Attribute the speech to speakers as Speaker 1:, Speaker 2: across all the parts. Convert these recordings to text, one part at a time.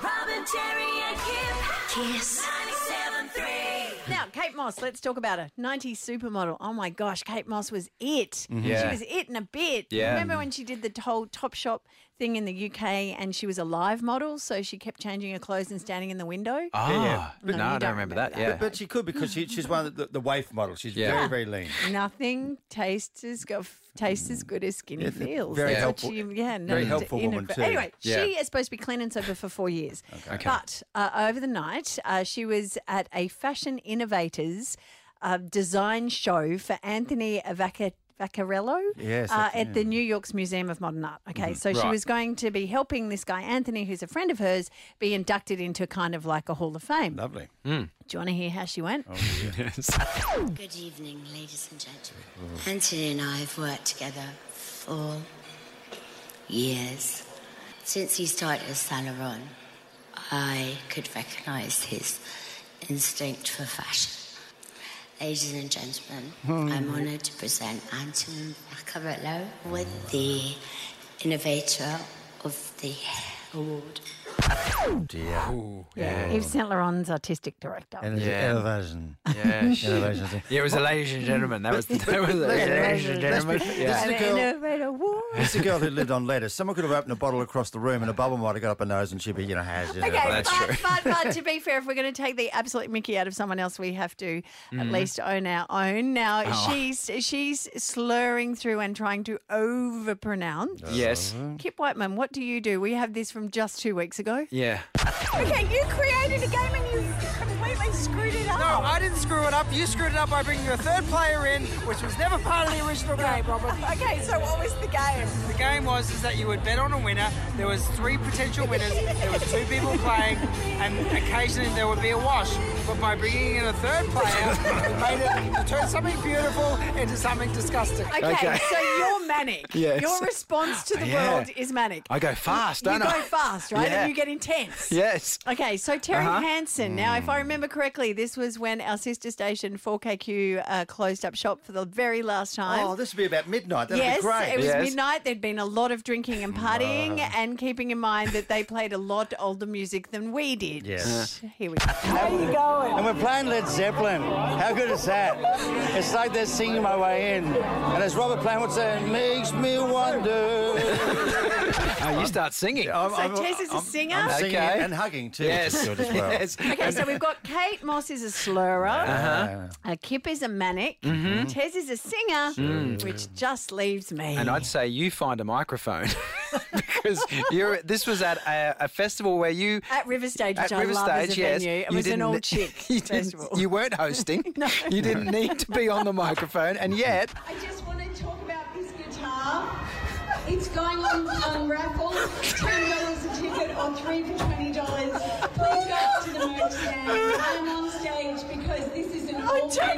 Speaker 1: and Jerry and Kim.
Speaker 2: Kiss.
Speaker 1: 97.3.
Speaker 3: Now, Kate Moss, let's talk about her. 90s supermodel. Oh my gosh, Kate Moss was it. She
Speaker 4: Mm-hmm. Yeah.
Speaker 3: was it in a bit.
Speaker 4: Yeah.
Speaker 3: Remember when she did the whole Top Shop thing in the UK and she was a live model, so she kept changing her clothes and standing in the window?
Speaker 4: Ah,
Speaker 5: yeah.
Speaker 4: But,
Speaker 3: No,
Speaker 4: no,
Speaker 3: you
Speaker 4: I
Speaker 3: don't
Speaker 4: don't remember
Speaker 3: remember
Speaker 4: that. Yeah.
Speaker 5: But she could because she, she's one of the, the waif model. She's
Speaker 4: Yeah.
Speaker 5: very, very lean.
Speaker 3: Nothing tastes as good, tastes as good as skinny feels.
Speaker 5: very
Speaker 3: That's what
Speaker 5: helpful-
Speaker 3: she- yeah, no,
Speaker 5: very
Speaker 3: it's
Speaker 5: helpful
Speaker 3: in it
Speaker 5: woman
Speaker 3: for-
Speaker 5: too.
Speaker 3: Anyway,
Speaker 4: Yeah.
Speaker 3: she is supposed to be clean and sober for four years.
Speaker 4: Okay.
Speaker 3: But uh, over the night, uh, she was at a fashion innovators uh, design show for Anthony Vaca- Vaccarello
Speaker 5: Yes,
Speaker 3: uh,
Speaker 5: that's- Mm-hmm.
Speaker 3: at the New York's Museum of Modern Art. Okay, so she
Speaker 4: Right.
Speaker 3: was going to be helping this guy, Anthony, who's a friend of hers, be inducted into kind of like a Hall of Fame.
Speaker 5: Lovely.
Speaker 4: Mm.
Speaker 3: Do you want to hear how she went?
Speaker 5: Oh.
Speaker 6: Good evening, ladies and gentlemen. Anthony and I have worked together for years. Since he started his Salaron, I could recognize his instinct for fashion. Ladies and gentlemen, I'm honored to present Anton Vaccarello with the innovator of the award.
Speaker 3: Yeah. Yves Saint Laurent's artistic director.
Speaker 5: And it's
Speaker 4: Yeah.
Speaker 5: elevation.
Speaker 4: yeah. she-
Speaker 5: Elevation.
Speaker 4: Yeah, it was a ladies and gentlemen. That was the, that was the ladies and gentlemen.
Speaker 5: This
Speaker 4: Yeah.
Speaker 5: is
Speaker 3: An
Speaker 5: the girl-
Speaker 3: innovator award.
Speaker 5: It's the girl who lived on lettuce. Someone could have opened a bottle across the room and a bubble might have got up her nose and she'd be, you know, has it.
Speaker 3: Okay,
Speaker 4: that's
Speaker 3: but,
Speaker 4: true.
Speaker 3: but but to be fair, if we're going to take the absolute Mickey out of someone else, we have to
Speaker 4: Mm-hmm.
Speaker 3: at least own our own. Now
Speaker 4: Oh.
Speaker 3: she's she's slurring through and trying to overpronounce.
Speaker 4: Yes.
Speaker 3: Kip Whiteman, what do you do? We have this from just two weeks ago.
Speaker 4: Yeah.
Speaker 1: Okay, you created a game and you completely screwed it up.
Speaker 7: No, I didn't screw it up. You screwed it up by bringing a third player in, which was never part of the original game, Robert.
Speaker 1: Okay, so what was the game?
Speaker 7: The game was is that you would bet on a winner. There was three potential winners. There was two people playing, and occasionally there would be a wash. But by bringing in a third player, it made it it turned something beautiful into something disgusting.
Speaker 3: Okay, so you're manic.
Speaker 4: Yes.
Speaker 3: Your response to the
Speaker 4: Yeah.
Speaker 3: world is manic.
Speaker 4: I go fast,
Speaker 3: you
Speaker 4: don't
Speaker 3: go
Speaker 4: I?
Speaker 3: fast, right?
Speaker 4: Yeah.
Speaker 3: And you get intense.
Speaker 4: Yes.
Speaker 3: Okay, so Terry Hansen. Now, if I remember correctly, this was when our sister station 4KQ uh, closed up shop for the very last time.
Speaker 5: Oh, this would be about midnight. That'd
Speaker 3: yes,
Speaker 5: be great.
Speaker 3: it was
Speaker 4: Yes.
Speaker 3: midnight. There'd been a lot of drinking and partying, and keeping in mind that they played a lot older music than we did.
Speaker 5: Yes.
Speaker 3: Here we go.
Speaker 7: How you going?
Speaker 8: And we're playing Led Zeppelin. How good is that? It's like they're singing my way in. And as Robert Plant would say, it makes me wonder.
Speaker 4: Oh, you start singing.
Speaker 5: I'm, I'm-
Speaker 3: Tess is a
Speaker 5: I'm-
Speaker 3: singer?
Speaker 5: I'm singing
Speaker 4: Okay.
Speaker 5: and hugging too,
Speaker 4: yes.
Speaker 5: which is good as well.
Speaker 4: Yes.
Speaker 3: Okay, so we've got Kate Moss is a slurrer, uh-huh. uh, Kip is a manic, Tez is a singer, which just leaves me.
Speaker 4: And I'd say you find a microphone because you're. This was at a, a festival where you
Speaker 3: at River Stage, which
Speaker 4: at
Speaker 3: I love
Speaker 4: Riverstage.
Speaker 3: as a venue.
Speaker 4: Yes,
Speaker 3: It
Speaker 4: you
Speaker 3: was an
Speaker 4: didn't-
Speaker 3: all chick
Speaker 4: you didn't-
Speaker 3: festival.
Speaker 4: You weren't hosting.
Speaker 3: No.
Speaker 4: You didn't need to be on the microphone, and yet
Speaker 1: I just want to talk about this guitar. It's going on, on raffle, $10 a ticket or 3 for $20. Please go up to the merch stand. I am on stage because this is an all
Speaker 4: it's,
Speaker 5: Uh,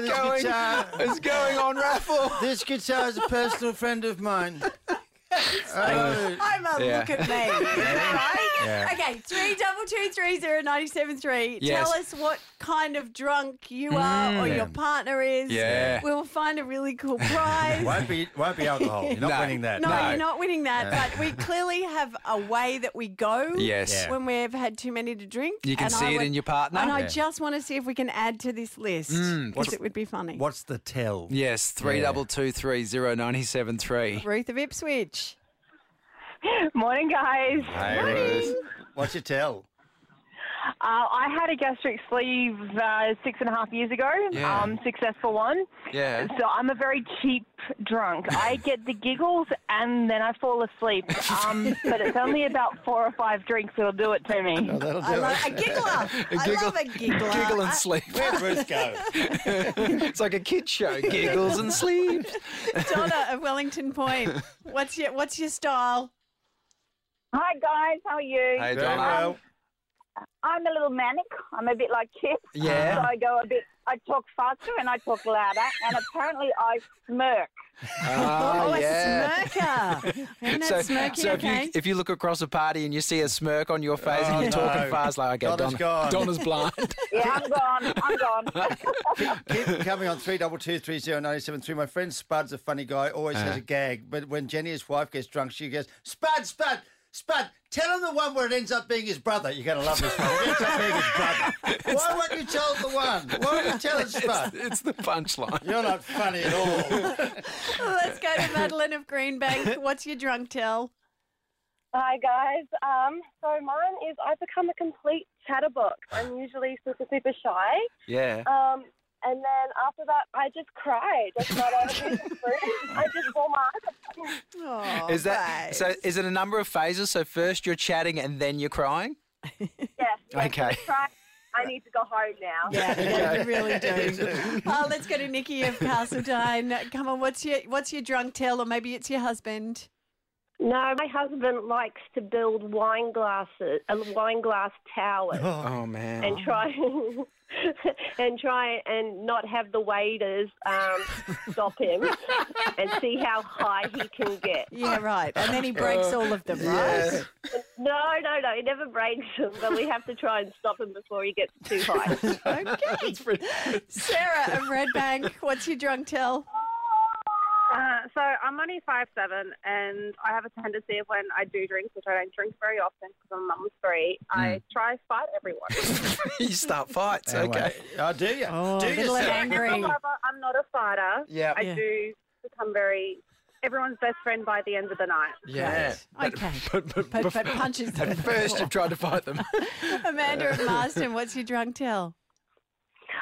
Speaker 5: this
Speaker 4: going,
Speaker 5: guitar-
Speaker 4: it's going on raffle.
Speaker 5: This guitar is a personal friend of mine. Oh,
Speaker 3: I'm a
Speaker 4: Yeah.
Speaker 3: look at me. right?
Speaker 5: Yeah.
Speaker 3: Okay, three double two three zero ninety seven three.
Speaker 4: Yes. Mm.
Speaker 3: Tell us what kind of drunk you are or your partner is.
Speaker 4: Yeah.
Speaker 3: We'll find a really cool prize.
Speaker 5: won't be won't be alcohol. You're not
Speaker 4: No.
Speaker 5: winning that.
Speaker 3: No,
Speaker 4: No.
Speaker 3: you're not winning that, but we clearly have a way that we go
Speaker 4: Yes. Yeah.
Speaker 3: when we've had too many to drink.
Speaker 4: You can
Speaker 3: and
Speaker 4: see
Speaker 3: I
Speaker 4: it
Speaker 3: would-
Speaker 4: in your partner. Mm.
Speaker 3: And I
Speaker 4: Yeah.
Speaker 3: just want to see if we can add to this list because it would be funny.
Speaker 5: What's the tell?
Speaker 4: Yes, three double two three zero ninety seven three.
Speaker 3: Ruth of Ipswich.
Speaker 9: Morning, guys.
Speaker 5: Hey, Ruth. What's your tell?
Speaker 9: Uh, I had a gastric sleeve uh, six and a half years ago.
Speaker 4: Yeah.
Speaker 9: Um, successful one.
Speaker 4: Yeah.
Speaker 9: So I'm a very cheap drunk. I get the giggles and then I fall asleep. Um, but it's only about four or five drinks that'll do it to me.
Speaker 5: That'll
Speaker 3: I
Speaker 5: do
Speaker 3: love
Speaker 5: it.
Speaker 3: a giggler. I love a giggler.
Speaker 4: Giggle
Speaker 3: I-
Speaker 4: and sleep.
Speaker 5: Where'd Ruth go?
Speaker 4: it's like a kid show. Giggles and sleep.
Speaker 3: Donna of Wellington Point. What's your What's your style?
Speaker 9: Hi, guys. How are you?
Speaker 4: Hey,
Speaker 5: Very
Speaker 4: Donna.
Speaker 5: well.
Speaker 9: I'm a little manic. I'm a bit like Chip.
Speaker 4: Yeah.
Speaker 9: I go a bit, I talk faster and I talk louder. And apparently I smirk.
Speaker 4: Ah,
Speaker 3: Oh,
Speaker 4: yeah.
Speaker 3: a smirker. Isn't that
Speaker 4: So,
Speaker 3: smirky
Speaker 4: so if,
Speaker 3: okay?
Speaker 4: you, if you look across a party and you see a smirk on your face and
Speaker 5: Oh,
Speaker 4: you're talking
Speaker 5: no.
Speaker 4: fast, like, okay,
Speaker 5: Donna's
Speaker 4: Donna's,
Speaker 5: gone.
Speaker 4: Donna's blind.
Speaker 9: Yeah, I'm gone. I'm gone.
Speaker 5: Keep coming on three double two three zero ninety seven three. My
Speaker 4: Uh-huh.
Speaker 5: friend Spud's a funny guy, always has a gag. But when Jenny, his wife, gets drunk, she goes, "Spud, Spud, Spud, tell him the one where it ends up being his brother. You're going to love this one. It ends up being his brother. Why won't you tell the one? Why won't you tell it, Spud?
Speaker 4: It's the punchline.
Speaker 5: You're not funny at all.
Speaker 3: Let's go to Madeline of Greenbank. What's your drunk tell?
Speaker 2: Hi guys. Um, so mine is I've become a complete chatterbox. I'm usually super super shy.
Speaker 4: Yeah.
Speaker 2: Um, and then after that, I just cried. That's not all the truth. I just wore my eyes up.
Speaker 3: Oh,
Speaker 4: Is that so? Is it a number of phases? So first you're chatting and then you're crying.
Speaker 2: Yes. yes,
Speaker 4: Okay.
Speaker 2: I cried. I need to go home now.
Speaker 3: Yeah, yeah, you really do. oh, let's go to Nikki of Castledine. Come on, what's your what's your drunk tell, or maybe it's your husband?
Speaker 10: No, my husband likes to build wine glasses, uh, wine glass towers,
Speaker 4: Oh man.
Speaker 10: and try and try and not have the waiters um, stop him, and see how high he can get.
Speaker 3: Yeah, right. And then he breaks all of them, right?
Speaker 10: No, no, no, he never breaks them, but we have to try and stop him before he gets too high.
Speaker 3: Okay. Sarah of Red Bank, what's your drunk tell?
Speaker 2: Uh, so I'm only five seven, and I have a tendency of when I do drink, which I don't drink very often because I'm mum's free, I try to fight everyone.
Speaker 4: you start fights. Okay.
Speaker 5: Anyway, oh, do you? do you?
Speaker 3: Middle and
Speaker 5: Sarah?
Speaker 3: angry.
Speaker 2: However, I'm not a fighter.
Speaker 5: Yeah.
Speaker 2: I
Speaker 3: Yeah.
Speaker 2: do become very everyone's best friend by the end of the night.
Speaker 4: Yeah.
Speaker 3: Right. Okay.
Speaker 4: But, but,
Speaker 3: But,
Speaker 4: but
Speaker 3: but punches them.
Speaker 4: at first you've tried to fight them.
Speaker 3: Amanda of Marston, what's your drunk tell?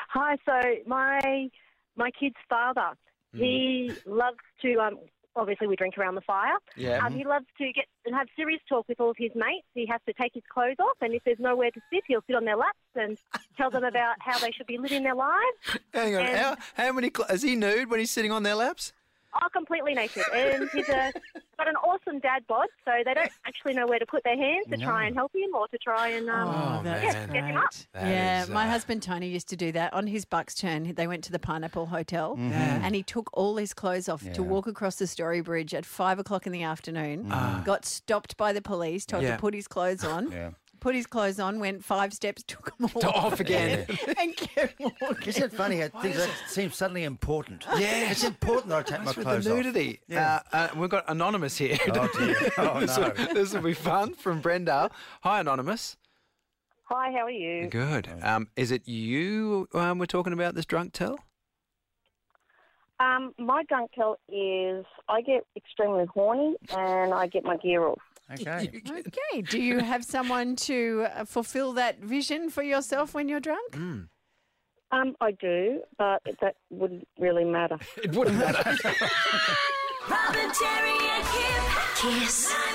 Speaker 10: Hi. So my my kid's father,
Speaker 4: Mm-hmm.
Speaker 10: he loves to. Um, obviously, we drink around the fire.
Speaker 4: Yeah.
Speaker 10: Um, he loves to get and have serious talk with all of his mates. He has to take his clothes off, and if there's nowhere to sit, he'll sit on their laps and tell them about how they should be living their lives.
Speaker 4: Hang on.
Speaker 10: and-
Speaker 4: How, how many? Cl- is he nude when he's sitting on their laps?
Speaker 10: Oh, completely naked. And he's a, got an awesome dad bod, so they don't actually know where to put their hands to try and help him or to try and. Um,
Speaker 4: Oh,
Speaker 3: that's
Speaker 4: man.
Speaker 3: great.
Speaker 4: That
Speaker 3: yeah,
Speaker 4: is,
Speaker 3: my
Speaker 4: uh,
Speaker 3: husband Tony used to do that on his Bucks turn. They went to the Pineapple Hotel
Speaker 4: Mm-hmm.
Speaker 3: and he took all his clothes off to walk across the Story Bridge at five o'clock in the afternoon.
Speaker 4: Mm-hmm. Ah.
Speaker 3: Got stopped by the police, told
Speaker 4: Yeah.
Speaker 3: to put his clothes on.
Speaker 5: Yeah.
Speaker 3: Put his clothes on, went five steps, took them all
Speaker 4: To off again.
Speaker 3: and kept walking.
Speaker 5: Isn't it funny how things that seem suddenly important?
Speaker 4: Yes.
Speaker 5: It's important that I take my
Speaker 4: What's with
Speaker 5: clothes
Speaker 4: the
Speaker 5: off.
Speaker 4: nudity? Uh, uh, we've got anonymous here.
Speaker 5: Oh, dear. Oh,
Speaker 4: this,
Speaker 5: no.
Speaker 4: will, this will be fun from Brenda. Hi, anonymous.
Speaker 10: Hi, how are you?
Speaker 4: Good. Um, is it you um, we're talking about this drunk tell?
Speaker 10: Um, my drunk tell is I get extremely horny and I get my gear off.
Speaker 5: Okay.
Speaker 3: Okay, do you have someone to uh, fulfill that vision for yourself when you're drunk?
Speaker 10: Um, I do, but that wouldn't really matter.
Speaker 4: It wouldn't matter.
Speaker 6: Robin, Terry, and Kip. Kiss.